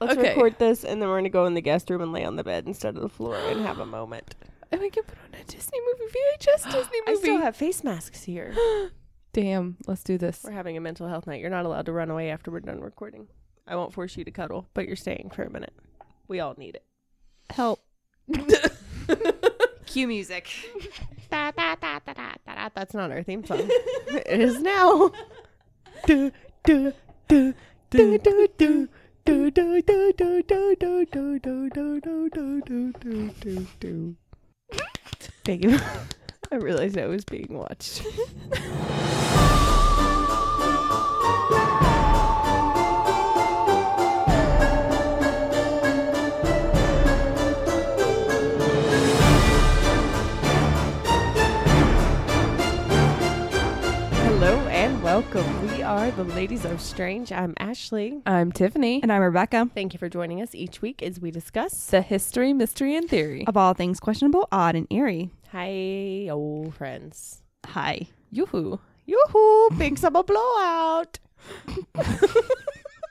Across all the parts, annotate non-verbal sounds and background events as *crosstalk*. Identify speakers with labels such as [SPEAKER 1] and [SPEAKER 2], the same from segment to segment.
[SPEAKER 1] Let's
[SPEAKER 2] Okay.
[SPEAKER 1] record this, and then we're gonna go in the guest room and lay on the bed instead of the floor and have a moment.
[SPEAKER 2] And we can put on a Disney movie, *gasps* VHS Disney
[SPEAKER 1] I
[SPEAKER 2] movie.
[SPEAKER 1] still have face masks here.
[SPEAKER 2] Damn, let's do this.
[SPEAKER 1] We're having a mental health night. You're not allowed to run away after we're done recording. I won't force you to cuddle, but you're staying for a minute. We all need it.
[SPEAKER 2] *laughs*
[SPEAKER 3] *laughs*
[SPEAKER 2] Help.
[SPEAKER 3] Cue music.
[SPEAKER 1] Da, da, da, da, da, da, da. That's not our theme song. it is now. Du, du, du, du, du, du. Du, du, du, du, du, du, du, du, du, du, du, du, du, du, du. Thank you. *laughs* I realized I was being watched. Hello and welcome. We are the Ladies of Strange. I'm Ashley.
[SPEAKER 2] I'm Tiffany.
[SPEAKER 3] And I'm Rebecca.
[SPEAKER 1] Thank you for joining us each week as we discuss.
[SPEAKER 2] the history, mystery, and theory.
[SPEAKER 3] Of all things questionable, odd, and eerie.
[SPEAKER 1] Hi, old friends.
[SPEAKER 3] Hi.
[SPEAKER 2] Yoo-hoo.
[SPEAKER 1] Yoo-hoo, big summer blowout.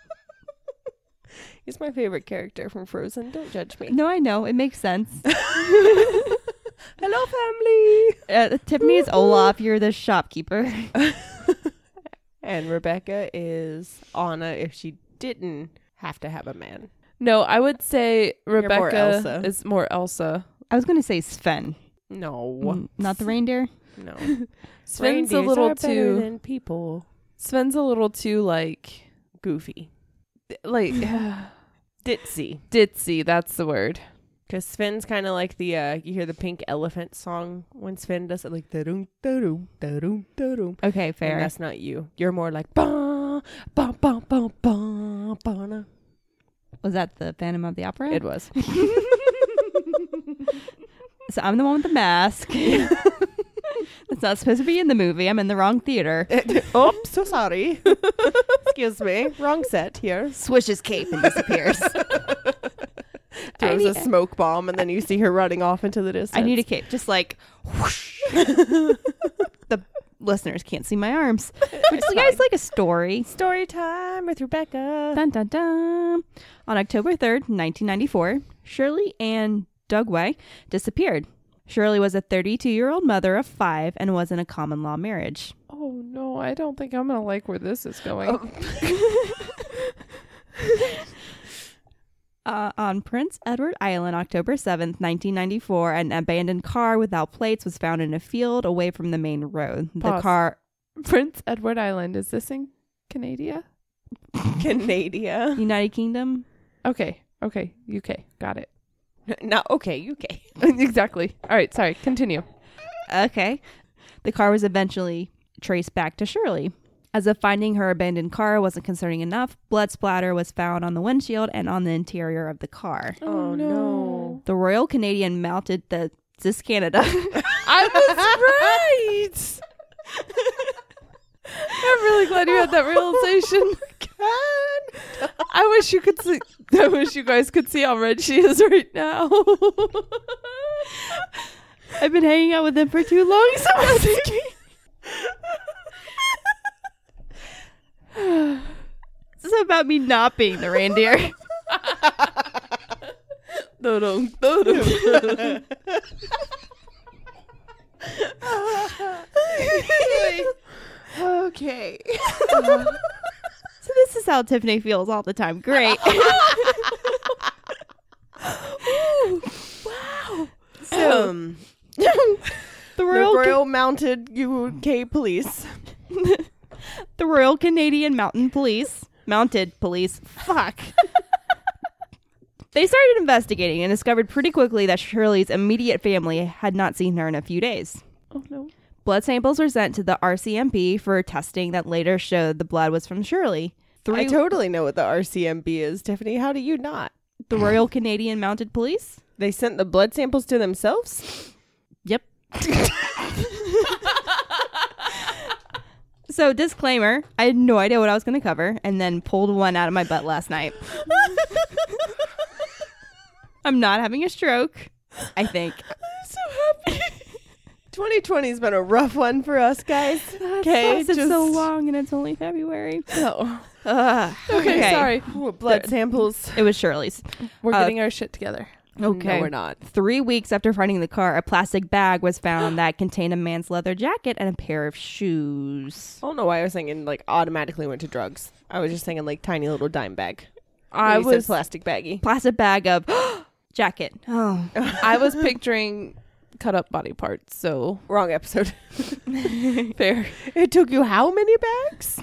[SPEAKER 1] *laughs* He's my favorite character from Frozen. Don't judge me.
[SPEAKER 3] No, I know. It
[SPEAKER 2] *laughs*
[SPEAKER 3] makes sense.
[SPEAKER 1] *laughs* Hello, family.
[SPEAKER 3] Uh, Tiffany is Olaf. You're the shopkeeper.
[SPEAKER 1] And Rebecca is Anna if she didn't have to have a man.
[SPEAKER 2] No, I would say
[SPEAKER 1] more
[SPEAKER 2] Rebecca
[SPEAKER 1] Elsa.
[SPEAKER 2] is more Elsa.
[SPEAKER 3] I was going to say Sven.
[SPEAKER 1] No.
[SPEAKER 3] Mm, Not the reindeer.
[SPEAKER 1] No.
[SPEAKER 2] Sven's a
[SPEAKER 1] Reindeers
[SPEAKER 2] little
[SPEAKER 1] are better
[SPEAKER 2] too.
[SPEAKER 1] than people.
[SPEAKER 2] Sven's a little too like
[SPEAKER 1] Goofy.
[SPEAKER 2] like *sighs*
[SPEAKER 1] Ditzy.
[SPEAKER 2] ditzy. That's the word.
[SPEAKER 1] Because Sven's kind of like the, uh, you hear the pink elephant song when Sven does it, like, da-doom, da-doom, da-doom, da-doom.
[SPEAKER 3] Okay, fair.
[SPEAKER 1] And that's not you. You're more like ba ba ba ba ba ba. na."
[SPEAKER 3] was that the Phantom of the Opera?
[SPEAKER 1] It was.
[SPEAKER 3] so I'm the one with the *laughs* mask. That's not supposed to be in the movie. I'm in the wrong theater.
[SPEAKER 1] *laughs* Oops, so sorry. *laughs* Excuse me. Wrong set here.
[SPEAKER 3] Swishes cape and disappears.
[SPEAKER 1] Throws a smoke bomb, and then you see her running off into the distance.
[SPEAKER 3] *laughs* I need a cape, just like *laughs* whoosh. the listeners can't see my *laughs* arms. Would you guys like a story?
[SPEAKER 1] story time with Rebecca.
[SPEAKER 3] Dun dun dun. On October 3rd, 1994, Shirley Ann Dugway disappeared. Shirley was a 32 year old mother of five and was in a common law marriage.
[SPEAKER 2] Oh no, I don't think I'm gonna like where this is going.
[SPEAKER 3] Uh, on Prince Edward Island, October 7th, 1994, an abandoned car without plates was found in a field away from the main road. The
[SPEAKER 2] Pause.
[SPEAKER 3] car.
[SPEAKER 2] *laughs* Prince Edward Island. Is this in Canada?
[SPEAKER 1] *laughs* Canada.
[SPEAKER 3] United Kingdom?
[SPEAKER 2] Okay. Okay. UK. Got it.
[SPEAKER 1] No, okay, *laughs* UK.
[SPEAKER 2] exactly. All right. Sorry. Continue.
[SPEAKER 3] Okay. The car was eventually traced back to Shirley. As if finding her abandoned car wasn't concerning enough, blood splatter was found on the windshield and on the interior of the car.
[SPEAKER 1] Oh, no.
[SPEAKER 3] The Royal Canadian mounted the Sis Canada. *laughs*
[SPEAKER 2] I was right. I'm really glad you had that
[SPEAKER 3] *laughs*
[SPEAKER 2] realization.
[SPEAKER 3] Oh
[SPEAKER 2] I wish you could see. I wish you guys could see how red she is right now. *laughs*
[SPEAKER 3] I've been hanging out with them for too long, so
[SPEAKER 1] *laughs*
[SPEAKER 3] I'm thinking. *laughs* this is about me not being the
[SPEAKER 2] *laughs*
[SPEAKER 3] reindeer.
[SPEAKER 1] Okay.
[SPEAKER 3] So this is how Tiffany feels all the time.
[SPEAKER 2] *laughs*
[SPEAKER 3] Great.
[SPEAKER 1] Um,
[SPEAKER 3] The
[SPEAKER 1] the
[SPEAKER 3] *laughs* Royal, Ca-
[SPEAKER 1] Royal Mounted UK Police.
[SPEAKER 3] the Royal Canadian Mountain Police, Mounted Police,
[SPEAKER 2] *laughs*
[SPEAKER 3] fuck. they started investigating and discovered pretty quickly that Shirley's immediate family had not seen her in a few days.
[SPEAKER 2] oh no.
[SPEAKER 3] Blood samples were sent to the RCMP for testing that later showed the blood was from Shirley. Three
[SPEAKER 1] I totally know what the RCMB is, Tiffany. How do you not?
[SPEAKER 3] the Royal Canadian Mounted Police?
[SPEAKER 1] They sent the blood samples to
[SPEAKER 3] *laughs*
[SPEAKER 1] themselves?
[SPEAKER 3] Yep. so, disclaimer I had no idea what I was going to cover and then pulled one out of my butt last night. I'm not having a stroke, I think.
[SPEAKER 1] *laughs* 2020's been a rough one for us guys. Okay,
[SPEAKER 3] It's so long and it's only February.
[SPEAKER 1] No.
[SPEAKER 2] Ugh.
[SPEAKER 3] Okay.
[SPEAKER 2] sorry.
[SPEAKER 1] Blood samples.
[SPEAKER 3] It was Shirley's.
[SPEAKER 2] We're
[SPEAKER 3] Uh,
[SPEAKER 2] getting our shit together.
[SPEAKER 1] No, we're not.
[SPEAKER 3] Three weeks after finding the car, a plastic bag was found that contained a man's leather jacket and a pair of shoes.
[SPEAKER 1] I don't know why I was thinking like automatically went to drugs. I was just thinking like tiny little dime bag.
[SPEAKER 2] I
[SPEAKER 1] You said
[SPEAKER 2] was
[SPEAKER 1] plastic baggy.
[SPEAKER 3] Plastic bag of *gasps* jacket. Oh,
[SPEAKER 2] I was picturing cut up body parts. So
[SPEAKER 1] Wrong episode. *laughs*
[SPEAKER 2] fair.
[SPEAKER 1] it took you how many bags?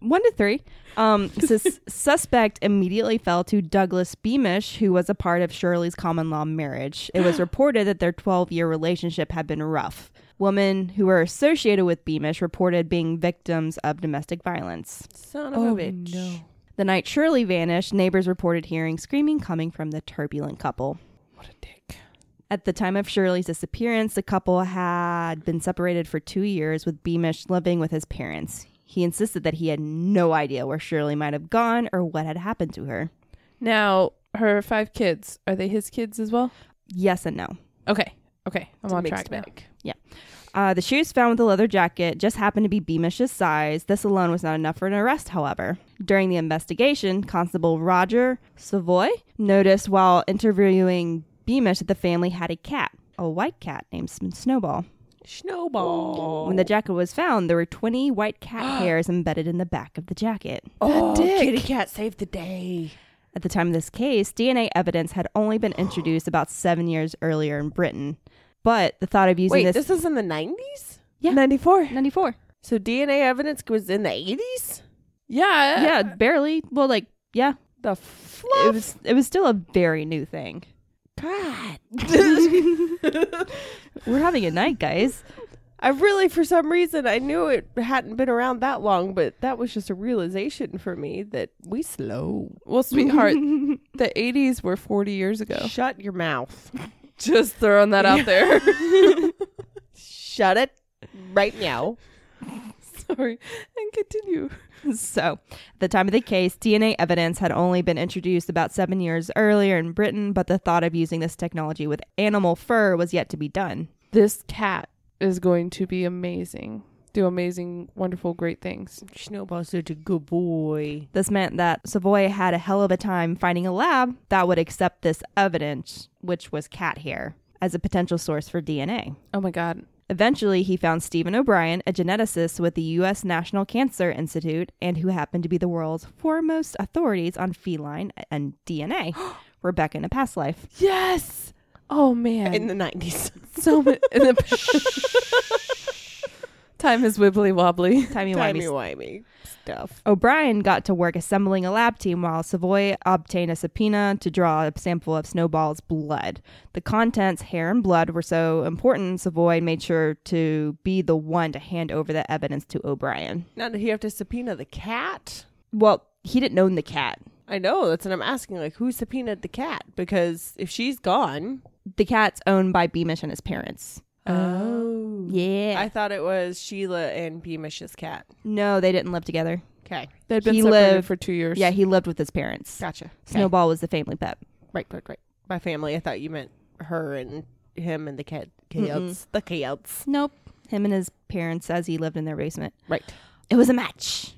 [SPEAKER 3] one to three. Um, sus- suspect immediately fell to Douglas Beamish, who was a part of Shirley's common law marriage. It was reported that their 12 year relationship had been rough. Women who were associated with Beamish reported being victims of domestic violence.
[SPEAKER 1] Son of a
[SPEAKER 2] Oh,
[SPEAKER 1] bitch.
[SPEAKER 3] The night Shirley vanished, neighbors reported hearing screaming coming from the turbulent couple.
[SPEAKER 1] What a dick.
[SPEAKER 3] At the time of Shirley's disappearance, the couple had been separated for two years, with Beamish living with his parents. He insisted that he had no idea where Shirley might have gone or what had happened to her.
[SPEAKER 2] Now her five kids are they his kids as well?
[SPEAKER 3] Yes and no.
[SPEAKER 2] Okay. Okay. I'm
[SPEAKER 1] It's a
[SPEAKER 2] on
[SPEAKER 1] mixed
[SPEAKER 2] track now.
[SPEAKER 1] bag.
[SPEAKER 3] Uh, the shoes found with the leather jacket just happened to be Beamish's size. This alone was not enough for an arrest, however. During the investigation, Constable Roger Savoy noticed while interviewing Beamish that the family had a cat, a white cat named Sn- Snowball.
[SPEAKER 1] Snowball.
[SPEAKER 3] When the jacket was found, there were 20
[SPEAKER 1] *gasps*
[SPEAKER 3] white cat hairs embedded in the back of the jacket.
[SPEAKER 1] oh,
[SPEAKER 2] dick.
[SPEAKER 1] kitty cat saved the day.
[SPEAKER 3] At the time of this case, DNA evidence had only been introduced about seven years earlier in Britain. But the thought of using
[SPEAKER 1] Wait,
[SPEAKER 3] this,
[SPEAKER 1] this, is in the 90s?
[SPEAKER 3] Yeah.
[SPEAKER 1] 94.
[SPEAKER 3] 94.
[SPEAKER 1] So DNA evidence was in the 80s?
[SPEAKER 2] Yeah.
[SPEAKER 3] yeah, barely. Well, like, yeah,
[SPEAKER 1] Uh, The
[SPEAKER 3] it
[SPEAKER 1] fluff.
[SPEAKER 3] was it was still a very new thing.
[SPEAKER 1] God.
[SPEAKER 3] *laughs*
[SPEAKER 1] *laughs*
[SPEAKER 3] We're having a night, guys.
[SPEAKER 1] I really, for some reason, I knew it hadn't been around that long, but that was just a realization for me that we slow.
[SPEAKER 2] Well, sweetheart, *laughs* the 80s were 40 years ago.
[SPEAKER 1] Shut your mouth.
[SPEAKER 2] Just throwing that *laughs* out there.
[SPEAKER 1] *laughs* Shut it right now.
[SPEAKER 2] Sorry. And continue.
[SPEAKER 3] So, at the time of the case, DNA evidence had only been introduced about seven years earlier in Britain, but the thought of using this technology with animal fur was yet to be done.
[SPEAKER 2] This cat is going to be amazing. Do amazing, wonderful, great things.
[SPEAKER 1] Snowball's such a good boy.
[SPEAKER 3] This meant that Savoy had a hell of a time finding a lab that would accept this evidence, which was cat hair, as a potential source for DNA.
[SPEAKER 2] Oh my God.
[SPEAKER 3] Eventually, he found Stephen O'Brien, a geneticist with the U.S. National Cancer Institute, and who happened to be the world's foremost authorities on feline and DNA. Rebecca in a past life.
[SPEAKER 2] Yes. Oh man.
[SPEAKER 1] In the *laughs* 90s.
[SPEAKER 2] so *laughs* much. In the Time is wibbly wobbly.
[SPEAKER 3] Timey
[SPEAKER 1] Timey
[SPEAKER 3] wimey.
[SPEAKER 1] wimey stuff.
[SPEAKER 3] O'Brien got to work assembling a lab team while Savoy obtained a subpoena to draw a sample of Snowball's blood. The contents, hair and blood, were so important, Savoy made sure to be the one to hand over the evidence to O'Brien.
[SPEAKER 1] Now, did he have to subpoena the cat?
[SPEAKER 3] Well, he didn't own the cat.
[SPEAKER 1] I know. That's what I'm asking. Like, who subpoenaed the cat? Because if she's gone.
[SPEAKER 3] The cat's owned by Beamish and his parents.
[SPEAKER 1] Oh.
[SPEAKER 3] Yeah.
[SPEAKER 1] I thought it was Sheila and Beamish's cat.
[SPEAKER 3] no, they didn't live together.
[SPEAKER 1] Okay.
[SPEAKER 2] They'd been
[SPEAKER 3] He
[SPEAKER 2] separated
[SPEAKER 3] lived-
[SPEAKER 2] for two years.
[SPEAKER 3] Yeah, he lived with his parents.
[SPEAKER 1] Gotcha. Snowball.
[SPEAKER 3] Snowball was the family pet.
[SPEAKER 1] Right, right, right. By family, I thought you meant her and him and the cat, coyotes, the coyotes.
[SPEAKER 3] Nope. Him and his parents as he lived in their basement.
[SPEAKER 1] Right.
[SPEAKER 3] It was a match.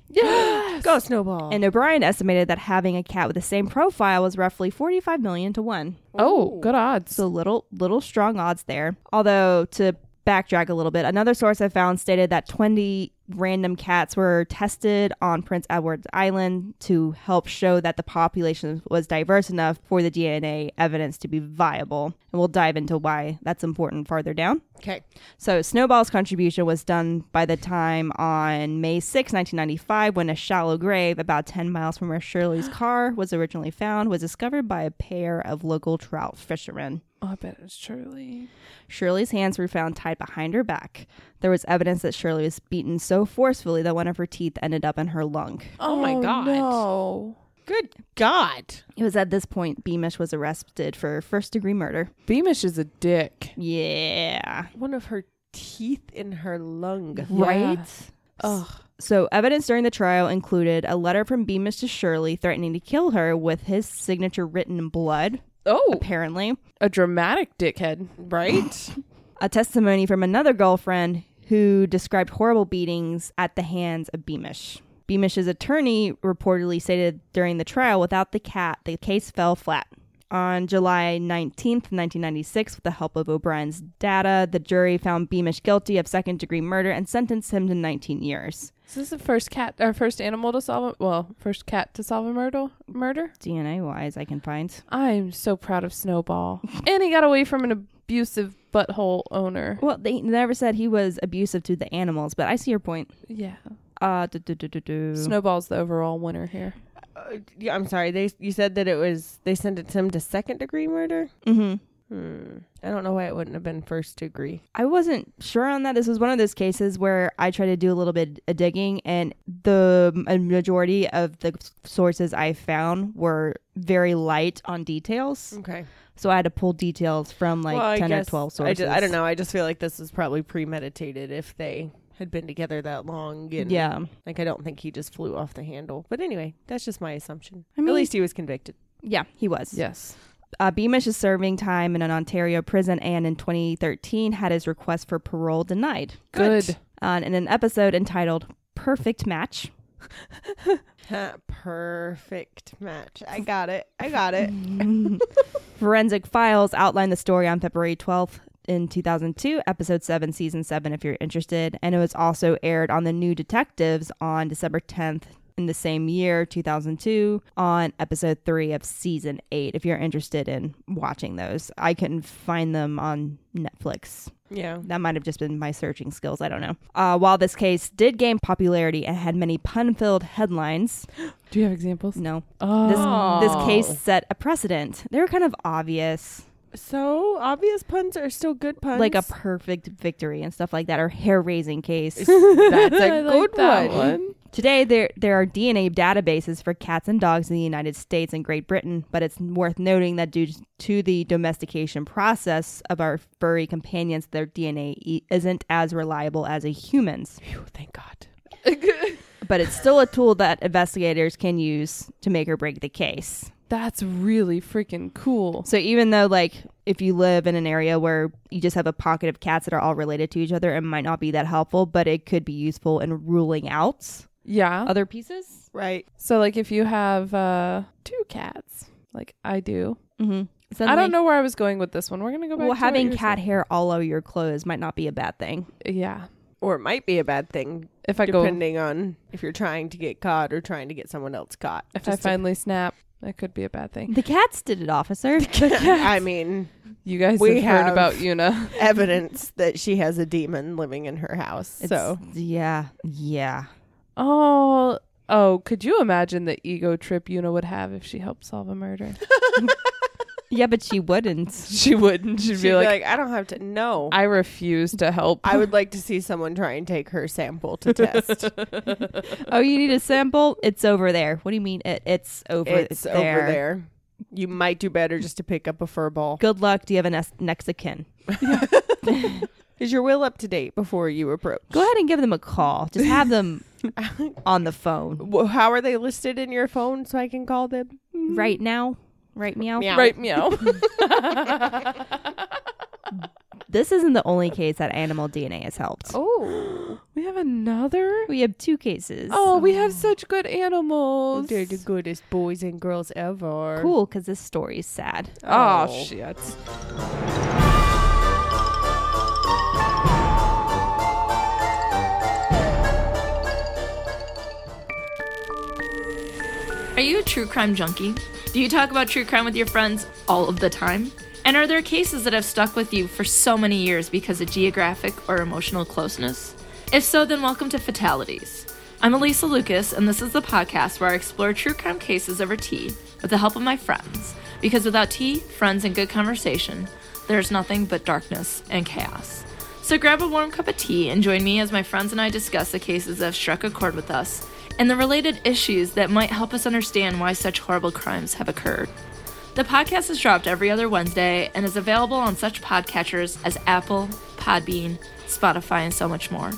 [SPEAKER 1] *gasps*
[SPEAKER 2] Yes.
[SPEAKER 1] Go snowball.
[SPEAKER 3] And O'Brien estimated that having a cat with the same profile was roughly 45 million to 1.
[SPEAKER 2] Oh, good odds.
[SPEAKER 3] So little little strong odds there. Although to backtrack a little bit, another source I found stated that 20 random cats were tested on Prince Edward's Island to help show that the population was diverse enough for the DNA evidence to be viable. And we'll dive into why that's important farther down.
[SPEAKER 1] okay.
[SPEAKER 3] So Snowball's contribution was done by the time on May 6, 1995, when a shallow grave about 10 miles from where Shirley's car was originally found was discovered by a pair of local trout fishermen.
[SPEAKER 2] oh, I bet it's Shirley.
[SPEAKER 3] Shirley's hands were found tied behind her back. There was evidence that Shirley was beaten so forcefully that one of her teeth ended up in her lung.
[SPEAKER 1] Oh, my God.
[SPEAKER 2] No.
[SPEAKER 1] Good God.
[SPEAKER 3] It was at this point Beamish was arrested for first degree murder.
[SPEAKER 2] Beamish is a dick.
[SPEAKER 3] Yeah.
[SPEAKER 1] One of her teeth in her lung.
[SPEAKER 3] Right?
[SPEAKER 2] Ugh.
[SPEAKER 3] So, evidence during the trial included a letter from Beamish to Shirley threatening to kill her with his signature written in blood,
[SPEAKER 2] Oh,
[SPEAKER 3] apparently,
[SPEAKER 2] a dramatic dickhead. *laughs*
[SPEAKER 1] Right?
[SPEAKER 3] a testimony from another girlfriend who described horrible beatings at the hands of Beamish. Beamish's attorney reportedly stated during the trial without the cat, the case fell flat. On July 19th, 1996, with the help of O'Brien's data, the jury found Beamish guilty of second degree murder and sentenced him to 19 years.
[SPEAKER 2] Is this the first cat or first animal to solve a well, first cat to solve a murder murder?
[SPEAKER 3] DNA wise, I can find.
[SPEAKER 2] I'm so proud of Snowball. and he got away from an abusive butthole owner.
[SPEAKER 3] Well, they never said he was abusive to the animals, but I see your point.
[SPEAKER 2] Yeah.
[SPEAKER 3] Uh, duh, duh, duh, duh, duh.
[SPEAKER 2] Snowball's the overall winner here.
[SPEAKER 1] Uh, yeah, I'm sorry. They you said that it was they sentenced him to second degree murder.
[SPEAKER 3] Mhm.
[SPEAKER 1] Hmm. I don't know why it wouldn't have been first degree.
[SPEAKER 3] I wasn't sure on that. This was one of those cases where I tried to do a little bit of digging, and the a majority of the sources I found were very light on details.
[SPEAKER 1] Okay.
[SPEAKER 3] So I had to pull details from like
[SPEAKER 1] Mm. Well, I
[SPEAKER 3] 10 or
[SPEAKER 1] guess-
[SPEAKER 3] 12
[SPEAKER 1] I,
[SPEAKER 3] sources.
[SPEAKER 1] ju- I don't know. I just feel like this is probably premeditated if they had been together that long. And
[SPEAKER 3] Yeah.
[SPEAKER 1] Like I don't think he just flew off the handle. But anyway, that's just my assumption.
[SPEAKER 3] I mean-
[SPEAKER 1] At least he was convicted.
[SPEAKER 3] Yeah, he was.
[SPEAKER 2] Yes.
[SPEAKER 3] Uh, Beamish is serving time in an Ontario prison and in 2013 had his request for parole denied.
[SPEAKER 2] Good.
[SPEAKER 3] Uh, in an episode entitled Perfect Match,
[SPEAKER 1] Ha, Perfect match. I got it. I got
[SPEAKER 3] *laughs*
[SPEAKER 1] it. Mm.
[SPEAKER 3] Forensic Files outlined the story on February 12th in 2002, episode 7, season 7, if you're interested. And it was also aired on The New Detectives on December 10th in the same year, 2002, on episode 3 of season 8, if you're interested in watching those. I couldn't find them on Netflix.
[SPEAKER 1] yeah.
[SPEAKER 3] That might have just been my searching skills. I don't know. Uh, while this case did gain popularity and had many pun filled headlines,
[SPEAKER 2] Do you have examples?
[SPEAKER 3] no, this,
[SPEAKER 2] Oh.
[SPEAKER 3] this case set a precedent. They were kind of obvious.
[SPEAKER 1] So obvious puns are still good puns.
[SPEAKER 3] like *laughs* a perfect victory and stuff like that, or hair raising case.
[SPEAKER 1] that's
[SPEAKER 2] I
[SPEAKER 1] a
[SPEAKER 2] like
[SPEAKER 1] good
[SPEAKER 2] that
[SPEAKER 1] one.
[SPEAKER 2] one.
[SPEAKER 3] Today, there there are DNA databases for cats and dogs in the United States and Great Britain, but it's worth noting that due to the domestication process of our furry companions, their DNA e- isn't as reliable as a human's.
[SPEAKER 1] Phew, thank God.
[SPEAKER 3] But it's still a tool that investigators can use to make or break the case.
[SPEAKER 2] That's really freaking cool.
[SPEAKER 3] So even though like if you live in an area where you just have a pocket of cats that are all related to each other, it might not be that helpful, but it could be useful in ruling out
[SPEAKER 2] Yeah.
[SPEAKER 3] other pieces.
[SPEAKER 1] Right.
[SPEAKER 2] So like if you have uh two cats, like I do.
[SPEAKER 3] Mm-hmm.
[SPEAKER 2] I don't know where I was going with this one. We're gonna go back
[SPEAKER 3] Well,
[SPEAKER 2] to
[SPEAKER 3] having
[SPEAKER 2] what you were
[SPEAKER 3] cat hair all over your clothes might not be a bad thing.
[SPEAKER 2] saying. Yeah.
[SPEAKER 1] Or it might be a bad thing
[SPEAKER 2] If I go
[SPEAKER 1] depending on if you're trying to get caught or trying to get someone else caught.
[SPEAKER 2] if I finally snap, that could be a bad thing.
[SPEAKER 3] The cats did it, *laughs* officer.
[SPEAKER 1] *laughs* I mean,
[SPEAKER 2] You guys
[SPEAKER 1] We
[SPEAKER 2] have, heard
[SPEAKER 1] have-
[SPEAKER 2] about Una.
[SPEAKER 1] evidence that she has a demon living in her house. so
[SPEAKER 3] It's- yeah, yeah.
[SPEAKER 2] Oh oh, could you imagine the ego trip Una would have if she helped solve a murder?
[SPEAKER 3] Yeah, but *laughs* she wouldn't.
[SPEAKER 2] she wouldn't. She'd,
[SPEAKER 1] she'd
[SPEAKER 2] be like,
[SPEAKER 1] I don't have to. No, I,
[SPEAKER 2] I refuse to help.
[SPEAKER 1] would like to see someone try and take her sample *laughs* to test.
[SPEAKER 3] oh, you need a sample? It's over there. What do you mean it, it's over
[SPEAKER 1] it's
[SPEAKER 3] there?
[SPEAKER 1] over there. You might do better just to pick up a fur ball.
[SPEAKER 3] Good luck. Do you have a nes- next of kin?
[SPEAKER 1] Is your will up to date before you approach?
[SPEAKER 3] Go ahead and give them a call. Just have them on the phone
[SPEAKER 1] Wh- How are they listed in your phone so I can call them?
[SPEAKER 3] right now. Right meow.
[SPEAKER 1] Meow. *laughs*
[SPEAKER 2] Right meow.
[SPEAKER 3] This isn't the only case that animal DNA has helped.
[SPEAKER 1] Oh,
[SPEAKER 2] we have another.
[SPEAKER 3] We have two cases.
[SPEAKER 2] Oh, we have such good animals.
[SPEAKER 1] they're *laughs* the goodest boys and girls ever.
[SPEAKER 3] cool, because this story is sad.
[SPEAKER 2] Oh,
[SPEAKER 1] Oh.
[SPEAKER 2] shit.
[SPEAKER 4] Are you a true crime junkie? Do you talk about true crime with your friends all of the time? And are there cases that have stuck with you for so many years because of geographic or emotional closeness? If so, then welcome to Fatalities. I'm Elisa Lucas, and this is the podcast where I explore true crime cases over tea with the help of my friends. Because without tea, friends, and good conversation, there's nothing but darkness and chaos. So grab a warm cup of tea and join me as my friends and I discuss the cases that have struck a chord with us and the related issues that might help us understand why such horrible crimes have occurred. The podcast is dropped every other Wednesday and is available on such podcatchers as Apple, Podbean, Spotify, and so much more.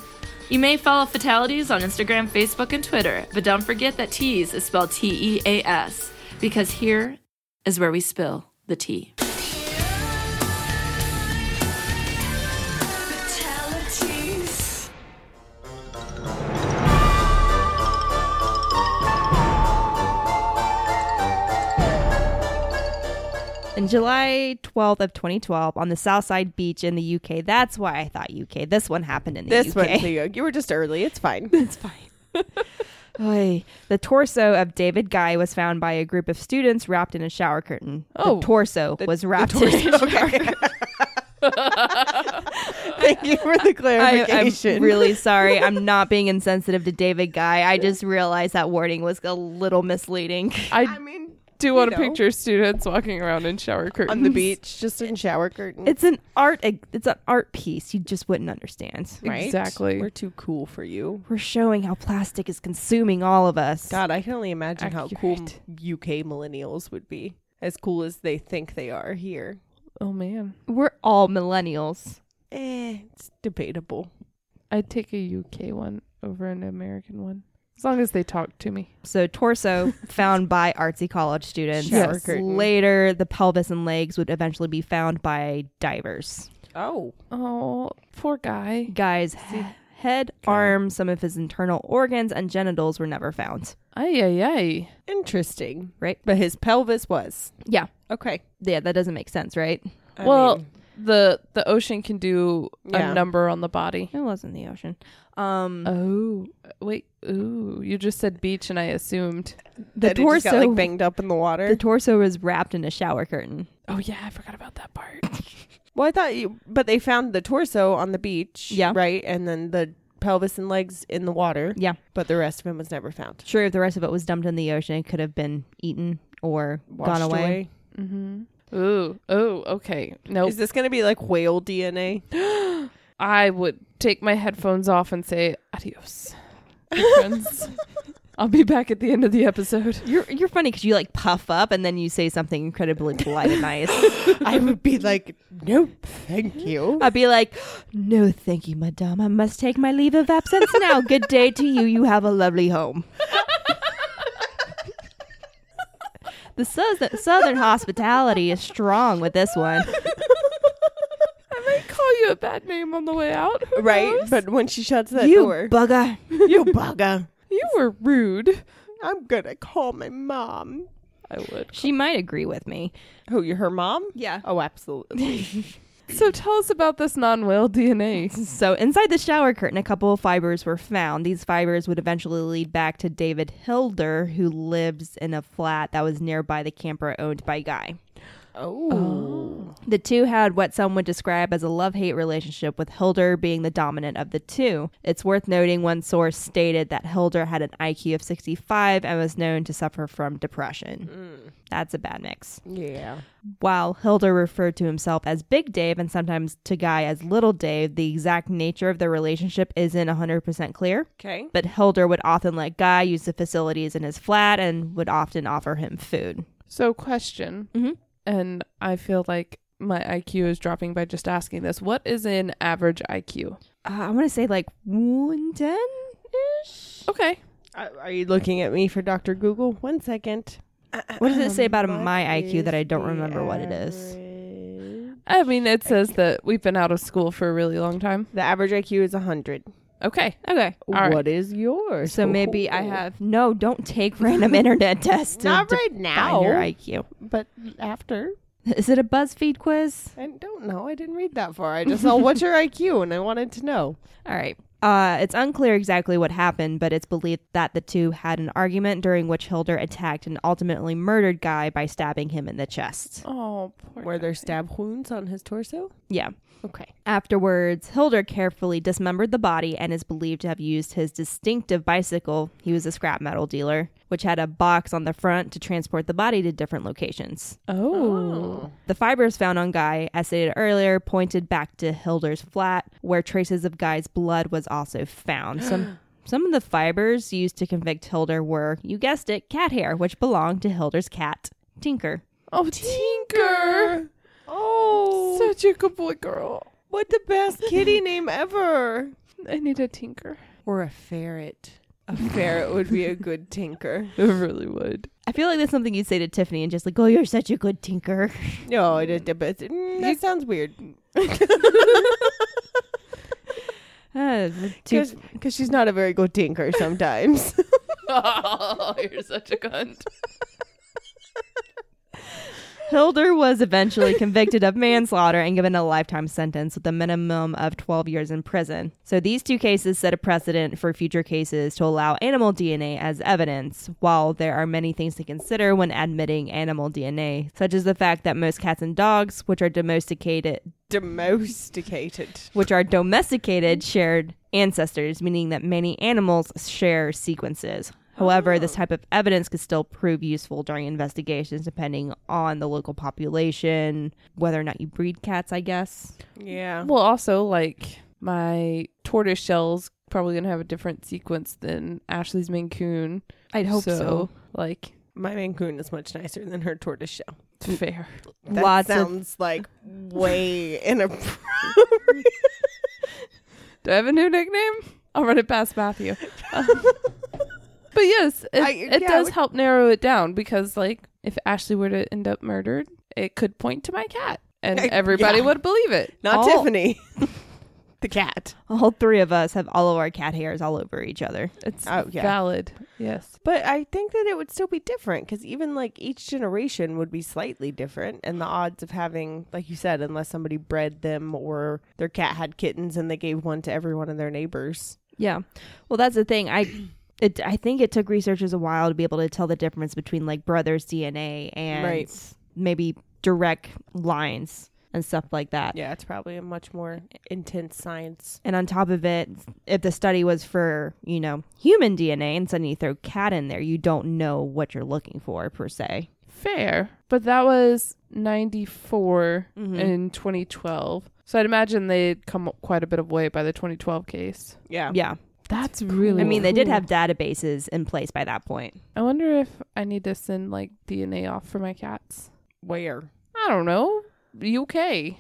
[SPEAKER 4] You may follow Fatalities on Instagram, Facebook, and Twitter, but don't forget that Teas is spelled T E A S because here is where we spill the tea.
[SPEAKER 5] Fatalities.
[SPEAKER 3] In July 12th of 2012, on the Southside Beach in the UK. That's why I thought UK. This one happened in the
[SPEAKER 1] This
[SPEAKER 3] UK. *laughs*
[SPEAKER 1] one's the yoke. You were just early. *laughs* It's fine.
[SPEAKER 3] It's fine. Oy. The torso of David Guy was found by a group of students wrapped in a shower curtain.
[SPEAKER 2] Oh,
[SPEAKER 3] the torso was wrapped in a shower curtain.
[SPEAKER 1] Thank you *laughs* for the
[SPEAKER 3] I, am
[SPEAKER 1] clarification.
[SPEAKER 3] *laughs* really sorry. I'm not being insensitive to David Guy. I just realized that wording was a little misleading.
[SPEAKER 2] I,
[SPEAKER 1] I mean,
[SPEAKER 2] do want
[SPEAKER 1] you
[SPEAKER 2] to
[SPEAKER 1] know.
[SPEAKER 2] picture students walking around in shower curtains
[SPEAKER 1] on the beach, just in shower curtain.
[SPEAKER 3] It's an art. e, It's an art piece. You just wouldn't understand.
[SPEAKER 1] right?
[SPEAKER 2] Exactly.
[SPEAKER 1] We're too cool for you.
[SPEAKER 3] We're showing how plastic is consuming all of us.
[SPEAKER 1] God, I can only imagine how cool
[SPEAKER 2] Accurate.
[SPEAKER 1] UK millennials would be. As cool as they think they are here.
[SPEAKER 2] Oh man,
[SPEAKER 3] We're all millennials.
[SPEAKER 1] Eh, it's debatable.
[SPEAKER 2] I'd take a UK one over an American one as long as they talk to me.
[SPEAKER 3] So *laughs* torso found by artsy college students.
[SPEAKER 1] Shower curtain.
[SPEAKER 3] Later, the pelvis and legs would eventually be found by divers.
[SPEAKER 1] Oh,
[SPEAKER 2] Oh, poor guy.
[SPEAKER 3] Guys, he- head, arms, some of his internal organs, and genitals were never found.
[SPEAKER 2] Ay ay ay.
[SPEAKER 1] interesting.
[SPEAKER 3] Right?
[SPEAKER 1] But his pelvis was.
[SPEAKER 3] Yeah,
[SPEAKER 1] Okay.
[SPEAKER 3] yeah, that doesn't make sense, right?
[SPEAKER 1] I
[SPEAKER 2] well,
[SPEAKER 1] mean,
[SPEAKER 2] the the ocean can do
[SPEAKER 1] Yeah.
[SPEAKER 2] a number on the body.
[SPEAKER 3] It wasn't the ocean. Um,
[SPEAKER 2] Oh wait, ooh, you just said beach, and I assumed.
[SPEAKER 3] the
[SPEAKER 1] that it just got,
[SPEAKER 3] torso-
[SPEAKER 1] like banged up in the water.
[SPEAKER 3] the torso was wrapped in a shower curtain.
[SPEAKER 2] Oh yeah, I forgot about that part.
[SPEAKER 1] Well, I thought you, but they found the torso on the beach.
[SPEAKER 3] Yeah.
[SPEAKER 1] Right. And then the pelvis and legs in the water.
[SPEAKER 3] Yeah.
[SPEAKER 1] But the rest of him was never found.
[SPEAKER 3] Sure, if the rest of it was dumped in the ocean, it could have been eaten or gone
[SPEAKER 1] Washed
[SPEAKER 3] away.
[SPEAKER 2] Mm-hmm. *laughs* Ooh, oh, okay. Nope.
[SPEAKER 1] Is this going to be like whale DNA?
[SPEAKER 3] *gasps*
[SPEAKER 2] I would take my headphones off and say adios, *laughs* good friends. I'll be back at the end of the episode.
[SPEAKER 3] You're you're funny because you like puff up and then you say something incredibly polite and *laughs* nice.
[SPEAKER 1] I would be like, no, thank
[SPEAKER 3] *laughs*
[SPEAKER 1] you.
[SPEAKER 3] I'd be like, "No, thank you, madame. I must take my leave of absence now. Good day to you. You have a lovely *laughs* home." the southern, southern hospitality is strong with this *laughs* one.
[SPEAKER 2] I might call you a bad name on the way out. *laughs* Who
[SPEAKER 1] Right.
[SPEAKER 2] knows?
[SPEAKER 1] But when she shuts that
[SPEAKER 3] you
[SPEAKER 1] door,
[SPEAKER 3] bugger.
[SPEAKER 1] you bugger.
[SPEAKER 2] you were rude.
[SPEAKER 1] *laughs* I'm going to call my mom.
[SPEAKER 2] I would.
[SPEAKER 3] She might agree with me.
[SPEAKER 1] Who, you her mom?
[SPEAKER 3] Yeah.
[SPEAKER 1] Oh, absolutely.
[SPEAKER 2] So tell us about this non-whale DNA.
[SPEAKER 3] So inside the shower curtain, a couple of fibers were found. These fibers would eventually lead back to David Hilder, who lives in a flat that was nearby the camper owned by Guy.
[SPEAKER 1] oh.
[SPEAKER 3] The two had what some would describe as a love hate relationship, with Hilder being the dominant of the two. It's worth noting one source stated that Hilder had an IQ of 65 and was known to suffer from depression. That's a bad mix.
[SPEAKER 1] Yeah.
[SPEAKER 3] While Hilder referred to himself as Big Dave and sometimes to Guy as Little Dave, the exact nature of their relationship isn't 100% clear.
[SPEAKER 1] Okay.
[SPEAKER 3] But Hilder would often let Guy use the facilities in his flat and would often offer him food.
[SPEAKER 2] *laughs* So question,
[SPEAKER 3] Mhm.
[SPEAKER 2] and I feel like my IQ is dropping by just asking this. What is an average IQ?
[SPEAKER 3] Uh, I want to say like 110 ish.
[SPEAKER 2] Okay.
[SPEAKER 1] Are are you looking at me for Dr. Google? One second.
[SPEAKER 3] What does it say about my IQ that I don't remember what it is?
[SPEAKER 1] is?
[SPEAKER 2] I mean, it says that we've been out of school for a really long time.
[SPEAKER 1] The average IQ is 100.
[SPEAKER 2] Okay.
[SPEAKER 3] Okay.
[SPEAKER 2] All right.
[SPEAKER 1] What is yours?
[SPEAKER 3] So maybe I have no. Don't take *laughs* random internet tests
[SPEAKER 1] *laughs*
[SPEAKER 3] to
[SPEAKER 1] Not
[SPEAKER 3] define
[SPEAKER 1] right now,
[SPEAKER 3] your IQ.
[SPEAKER 1] but after.
[SPEAKER 3] Is it a BuzzFeed quiz?
[SPEAKER 1] I don't know. I didn't read that far. I just saw what's your IQ and I wanted to know.
[SPEAKER 3] All right. Uh, it's unclear exactly what happened, but it's believed that the two had an argument during which Hilder attacked and ultimately murdered Guy by stabbing him in the chest.
[SPEAKER 2] Oh, poor.
[SPEAKER 1] Were there stab wounds on his torso?
[SPEAKER 3] Yeah.
[SPEAKER 1] Okay.
[SPEAKER 3] Afterwards, Hilder carefully dismembered the body and is believed to have used his distinctive bicycle. He was a scrap metal dealer, which had a box on the front to transport the body to different locations.
[SPEAKER 2] Oh.
[SPEAKER 3] The fibers found on Guy, as stated earlier, pointed back to Hilder's flat, where traces of Guy's blood was also found. Some some of the fibers used to convict Hilder were, you guessed it, cat hair, which belonged to Hilder's cat, Tinker.
[SPEAKER 2] Oh, Tinker.
[SPEAKER 1] Oh.
[SPEAKER 2] Such a good boy girl.
[SPEAKER 1] what the best kitty name ever?
[SPEAKER 2] I need a *laughs* Tinker.
[SPEAKER 1] Or a ferret. A ferret would be *laughs* a good tinker.
[SPEAKER 2] I really would.
[SPEAKER 3] I feel like that's something you'd say to Tiffany and just like, oh, you're such a good tinker.
[SPEAKER 1] No, it is. But it's- mm, that sounds weird.
[SPEAKER 3] Uh, two-
[SPEAKER 1] Because she's not a very good tinker sometimes.
[SPEAKER 2] Oh, you're such a cunt.
[SPEAKER 3] Hilder was eventually convicted of manslaughter and given a lifetime sentence with a minimum of 12 years in prison. So these two cases set a precedent for future cases to allow animal DNA as evidence, while there are many things to consider when admitting animal DNA, such as the fact that most cats and dogs, which are domesticated,
[SPEAKER 1] *laughs* Domesticated.
[SPEAKER 3] which are domesticated shared ancestors, meaning that many animals share sequences. However, this type of evidence could still prove useful during investigations depending on the local population, whether or not you breed cats, I guess.
[SPEAKER 1] Yeah.
[SPEAKER 2] Well, also like my tortoise shell's probably gonna have a different sequence than Ashley's Maine Coon.
[SPEAKER 3] I'd
[SPEAKER 2] Like
[SPEAKER 1] My Maine Coon is much nicer than her tortoise shell.
[SPEAKER 2] fair.
[SPEAKER 1] That
[SPEAKER 3] Lots of-
[SPEAKER 1] sounds like *laughs* way inappropriate.
[SPEAKER 2] Do I have a new nickname? I'll run it
[SPEAKER 1] *laughs*
[SPEAKER 2] past Matthew. Um, but yes, it,
[SPEAKER 1] I-
[SPEAKER 2] it
[SPEAKER 1] yeah,
[SPEAKER 2] does
[SPEAKER 1] we-
[SPEAKER 2] help narrow it down because, like, if Ashley were to end up murdered, it could point to my cat, and
[SPEAKER 1] Yeah.
[SPEAKER 2] everybody would believe it.
[SPEAKER 1] Not
[SPEAKER 3] All-
[SPEAKER 1] Tiffany. *laughs* the cat.
[SPEAKER 3] All three of us have all of our cat hairs all over each other.
[SPEAKER 2] It's
[SPEAKER 1] Oh, yeah.
[SPEAKER 2] valid. Yes.
[SPEAKER 1] But I think that it would still be different because even like each generation would be slightly different, and the odds of having, like you said, unless somebody bred them or their cat had kittens and they gave one to every one of their neighbors.
[SPEAKER 3] Yeah. Well, that's the thing. I *clears throat* it, I think it took researchers a while to be able to tell the difference between like brothers' DNA and
[SPEAKER 1] Right.
[SPEAKER 3] maybe direct lines and stuff like that.
[SPEAKER 1] Yeah, it's probably a much more intense science.
[SPEAKER 3] And on top of it, if the study was for, you know, human DNA and suddenly you throw cat in there, you don't know what you're looking for per se.
[SPEAKER 2] Fair. But that was 94
[SPEAKER 1] Mm-hmm.
[SPEAKER 3] Mhm.
[SPEAKER 2] in 2012. So I'd imagine they'd come up quite a bit of way by the 2012 case.
[SPEAKER 1] Yeah.
[SPEAKER 3] Yeah.
[SPEAKER 2] That's really.
[SPEAKER 3] I mean, they did
[SPEAKER 2] cool.
[SPEAKER 3] have databases in place by that point.
[SPEAKER 2] I wonder if I need to send like DNA off for my cats.
[SPEAKER 1] Where?
[SPEAKER 2] I don't know.
[SPEAKER 1] *laughs*
[SPEAKER 2] UK.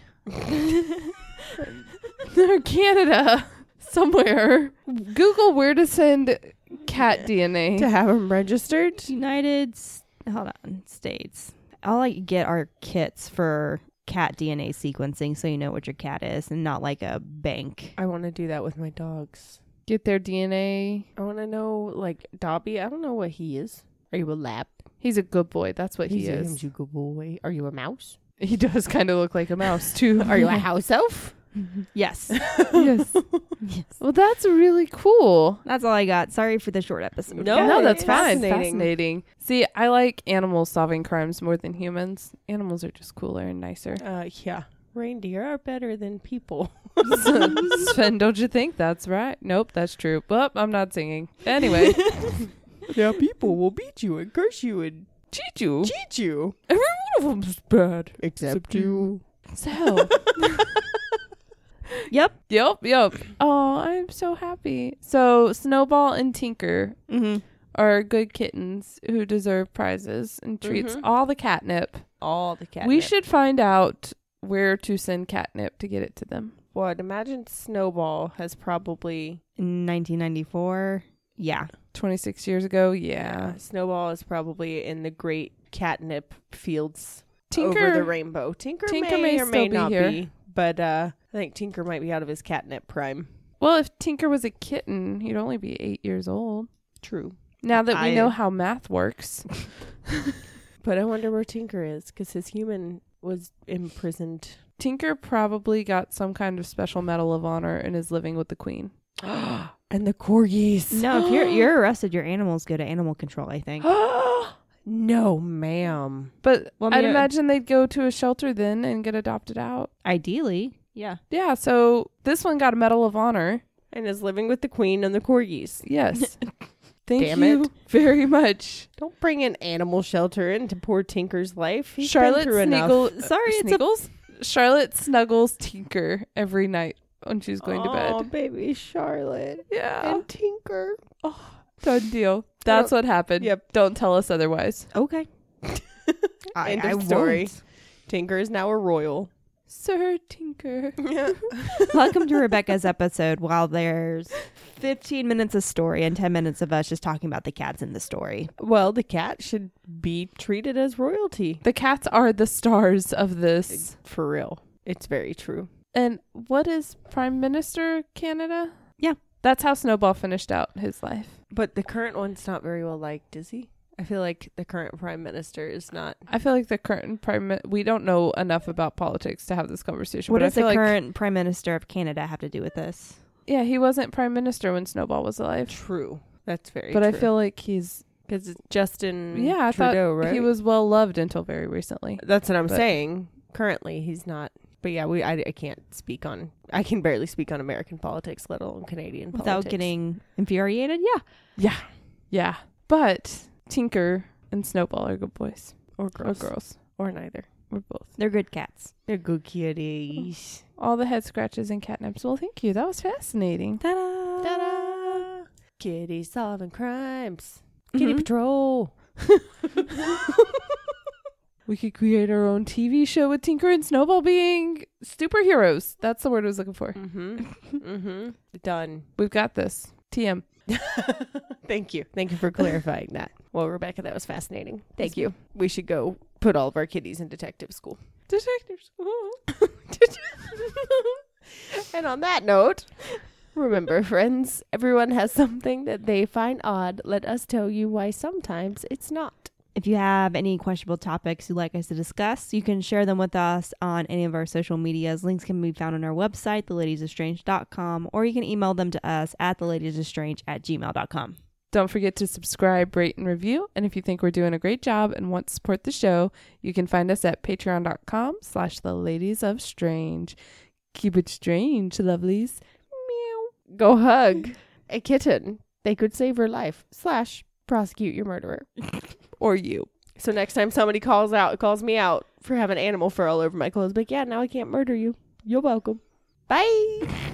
[SPEAKER 2] or Canada. Somewhere. Google where to send cat
[SPEAKER 1] To
[SPEAKER 2] DNA.
[SPEAKER 1] have them registered?
[SPEAKER 3] United, S- hold on, States. All I get are kits for cat DNA sequencing so you know what your cat is and not like a bank.
[SPEAKER 1] I want to do that with my dogs.
[SPEAKER 2] Get their DNA.
[SPEAKER 1] I want to know, like, Dobby, I don't know what he is. Are you a lab?
[SPEAKER 2] He's a good boy. That's what
[SPEAKER 1] He's
[SPEAKER 2] he
[SPEAKER 1] a
[SPEAKER 2] is.
[SPEAKER 1] he's a good boy. Are you a mouse?
[SPEAKER 2] He does kind of look like a mouse too.
[SPEAKER 1] *laughs* Are you a house elf?
[SPEAKER 3] Yes.
[SPEAKER 2] *laughs* yes. Well, that's really cool.
[SPEAKER 3] *laughs* That's all I got. Sorry for the short episode.
[SPEAKER 1] No,
[SPEAKER 2] no, that's
[SPEAKER 1] it's
[SPEAKER 2] fine.
[SPEAKER 1] fascinating.
[SPEAKER 2] fascinating. See, I like animals solving crimes more than humans. Animals are just cooler and nicer.
[SPEAKER 1] Uh, yeah. Reindeer are better than people. *laughs*
[SPEAKER 2] Sven, don't you think that's right? Nope, that's true. But I'm not singing. Anyway,
[SPEAKER 1] *laughs* Yeah, people will beat you and curse you and
[SPEAKER 2] Chichu,
[SPEAKER 1] cheat you.
[SPEAKER 2] every one of them's bad.
[SPEAKER 1] Except you.
[SPEAKER 3] *laughs*
[SPEAKER 2] So,
[SPEAKER 3] Yep.
[SPEAKER 2] yep, yep. Oh, I'm so happy. So, Snowball and Tinker
[SPEAKER 3] Mm-hmm.
[SPEAKER 2] are good kittens who deserve prizes and treats
[SPEAKER 1] Mhm.
[SPEAKER 2] all the catnip.
[SPEAKER 1] All the cat.
[SPEAKER 2] We should find out where to send catnip to get it to them.
[SPEAKER 1] Well, I'd imagine Snowball has probably.
[SPEAKER 3] In 1994. Yeah.
[SPEAKER 2] 26 years ago, yeah.
[SPEAKER 1] uh, Snowball is probably in the great catnip fields
[SPEAKER 2] Tinker,
[SPEAKER 1] over the rainbow. Tinker,
[SPEAKER 2] Tinker
[SPEAKER 1] may,
[SPEAKER 2] may
[SPEAKER 1] or may
[SPEAKER 2] still be
[SPEAKER 1] not
[SPEAKER 2] here.
[SPEAKER 1] be. But uh, I think Tinker might be out of his catnip prime.
[SPEAKER 2] well, if Tinker was a kitten, he'd only be eight years old.
[SPEAKER 1] True.
[SPEAKER 2] Now that we
[SPEAKER 1] I-
[SPEAKER 2] know how math works,
[SPEAKER 1] But I wonder where Tinker is because his human was imprisoned.
[SPEAKER 2] Tinker probably got some kind of special medal of honor and is living with the queen.
[SPEAKER 1] and the corgis.
[SPEAKER 3] No, if you're you're arrested, your animals go to animal control, I think.
[SPEAKER 1] no, ma'am.
[SPEAKER 2] But
[SPEAKER 3] Well, I
[SPEAKER 2] I'd
[SPEAKER 3] mean, uh,
[SPEAKER 2] imagine they'd go to a shelter then and get adopted out.
[SPEAKER 3] Ideally. Yeah.
[SPEAKER 2] Yeah, so this one got a medal of honor.
[SPEAKER 1] And is living with the queen and the corgis.
[SPEAKER 2] Yes. *laughs* Thank
[SPEAKER 1] Damn
[SPEAKER 2] you
[SPEAKER 1] it.
[SPEAKER 2] very much.
[SPEAKER 1] Don't bring an animal shelter into poor Tinker's life. He's
[SPEAKER 2] Charlotte
[SPEAKER 1] been through enough.
[SPEAKER 2] Sneagles.
[SPEAKER 3] Sorry, it's a-
[SPEAKER 2] Sneagles? Charlotte snuggles Tinker every night when she's going
[SPEAKER 1] Oh,
[SPEAKER 2] to bed.
[SPEAKER 1] baby Charlotte
[SPEAKER 2] Yeah.
[SPEAKER 1] and Tinker.
[SPEAKER 2] Done deal. That's what happened.
[SPEAKER 1] Yep.
[SPEAKER 2] Don't tell us otherwise.
[SPEAKER 3] Okay. I,
[SPEAKER 1] End
[SPEAKER 3] I
[SPEAKER 1] of
[SPEAKER 3] *laughs*
[SPEAKER 1] story.
[SPEAKER 3] won't.
[SPEAKER 1] Tinker is now a royal.
[SPEAKER 2] Sir Tinker.
[SPEAKER 3] Welcome to Rebecca's episode. While there's 15 minutes of story and 10 minutes of us just talking about the cats in the story.
[SPEAKER 1] *laughs* well, the cat should be treated as royalty.
[SPEAKER 2] The cats are the stars of this.
[SPEAKER 1] For real. It's very true.
[SPEAKER 2] And what is Prime Minister Canada?
[SPEAKER 3] Yeah.
[SPEAKER 2] That's how Snowball finished out his life.
[SPEAKER 1] But the current one's not very well liked, is he? I feel like the current prime minister is not.
[SPEAKER 2] I feel like the current prime. min- We don't know enough about politics to have this conversation.
[SPEAKER 3] What
[SPEAKER 2] but
[SPEAKER 3] does
[SPEAKER 2] I feel
[SPEAKER 3] the
[SPEAKER 2] like,
[SPEAKER 3] current prime minister of Canada have to do with this?
[SPEAKER 2] Yeah, he wasn't prime minister when Snowball was alive.
[SPEAKER 1] True. That's very
[SPEAKER 2] But I
[SPEAKER 1] true.
[SPEAKER 2] feel like he's.
[SPEAKER 1] because it's Justin.
[SPEAKER 2] Mm, Yeah, I
[SPEAKER 1] Mm, Trudeau,
[SPEAKER 2] thought
[SPEAKER 1] right?
[SPEAKER 2] he was well loved until very recently.
[SPEAKER 1] That's what I'm
[SPEAKER 2] but-
[SPEAKER 1] saying. Currently, he's not. But yeah, we I, I can't speak on. I can barely speak on American politics, let alone Canadian
[SPEAKER 3] Without
[SPEAKER 1] politics.
[SPEAKER 3] getting infuriated? Yeah.
[SPEAKER 2] Yeah, but Tinker and Snowball are good boys
[SPEAKER 1] or girls
[SPEAKER 2] or girls
[SPEAKER 1] or neither.
[SPEAKER 2] or both.
[SPEAKER 3] They're good cats.
[SPEAKER 1] They're good kitties.
[SPEAKER 2] All the head scratches and catnaps. Well, thank you. That was fascinating.
[SPEAKER 3] Ta-da.
[SPEAKER 1] Ta-da! Kitty solving crimes. Kitty
[SPEAKER 3] Mhm.
[SPEAKER 1] patrol.
[SPEAKER 2] We could create our own TV show with Tinker and Snowball being superheroes. That's the word I was looking for.
[SPEAKER 1] Mm-hmm. mm-hmm. Done.
[SPEAKER 2] We've got this. TM.
[SPEAKER 1] Thank you. Thank you for clarifying that. Well, Rebecca, that was fascinating. Thank you. We should go put all of our kitties in detective school.
[SPEAKER 2] Detective school.
[SPEAKER 1] *laughs* and on that note, remember, friends, everyone has something that they find odd. Let us tell you why sometimes it's not.
[SPEAKER 3] If you have any questionable topics you'd like us to discuss, you can share them with us on any of our social medias. Links can be found on our website, theladiesofstrange.com, or you can email them to us at theladiesofstrange at gmail.com.
[SPEAKER 2] Don't forget to subscribe, rate, and review. And if you think we're doing a great job and want to support the show, you can find us at patreon.com slash the ladies of strange. Keep it strange, lovelies. Meow.
[SPEAKER 1] Go hug a kitten. They could save your life, slash, prosecute your murderer.
[SPEAKER 2] *laughs* Or you.
[SPEAKER 1] So next time somebody calls out, calls me out for having animal fur all over my clothes, be like, yeah, now I can't murder you. You're welcome. Bye.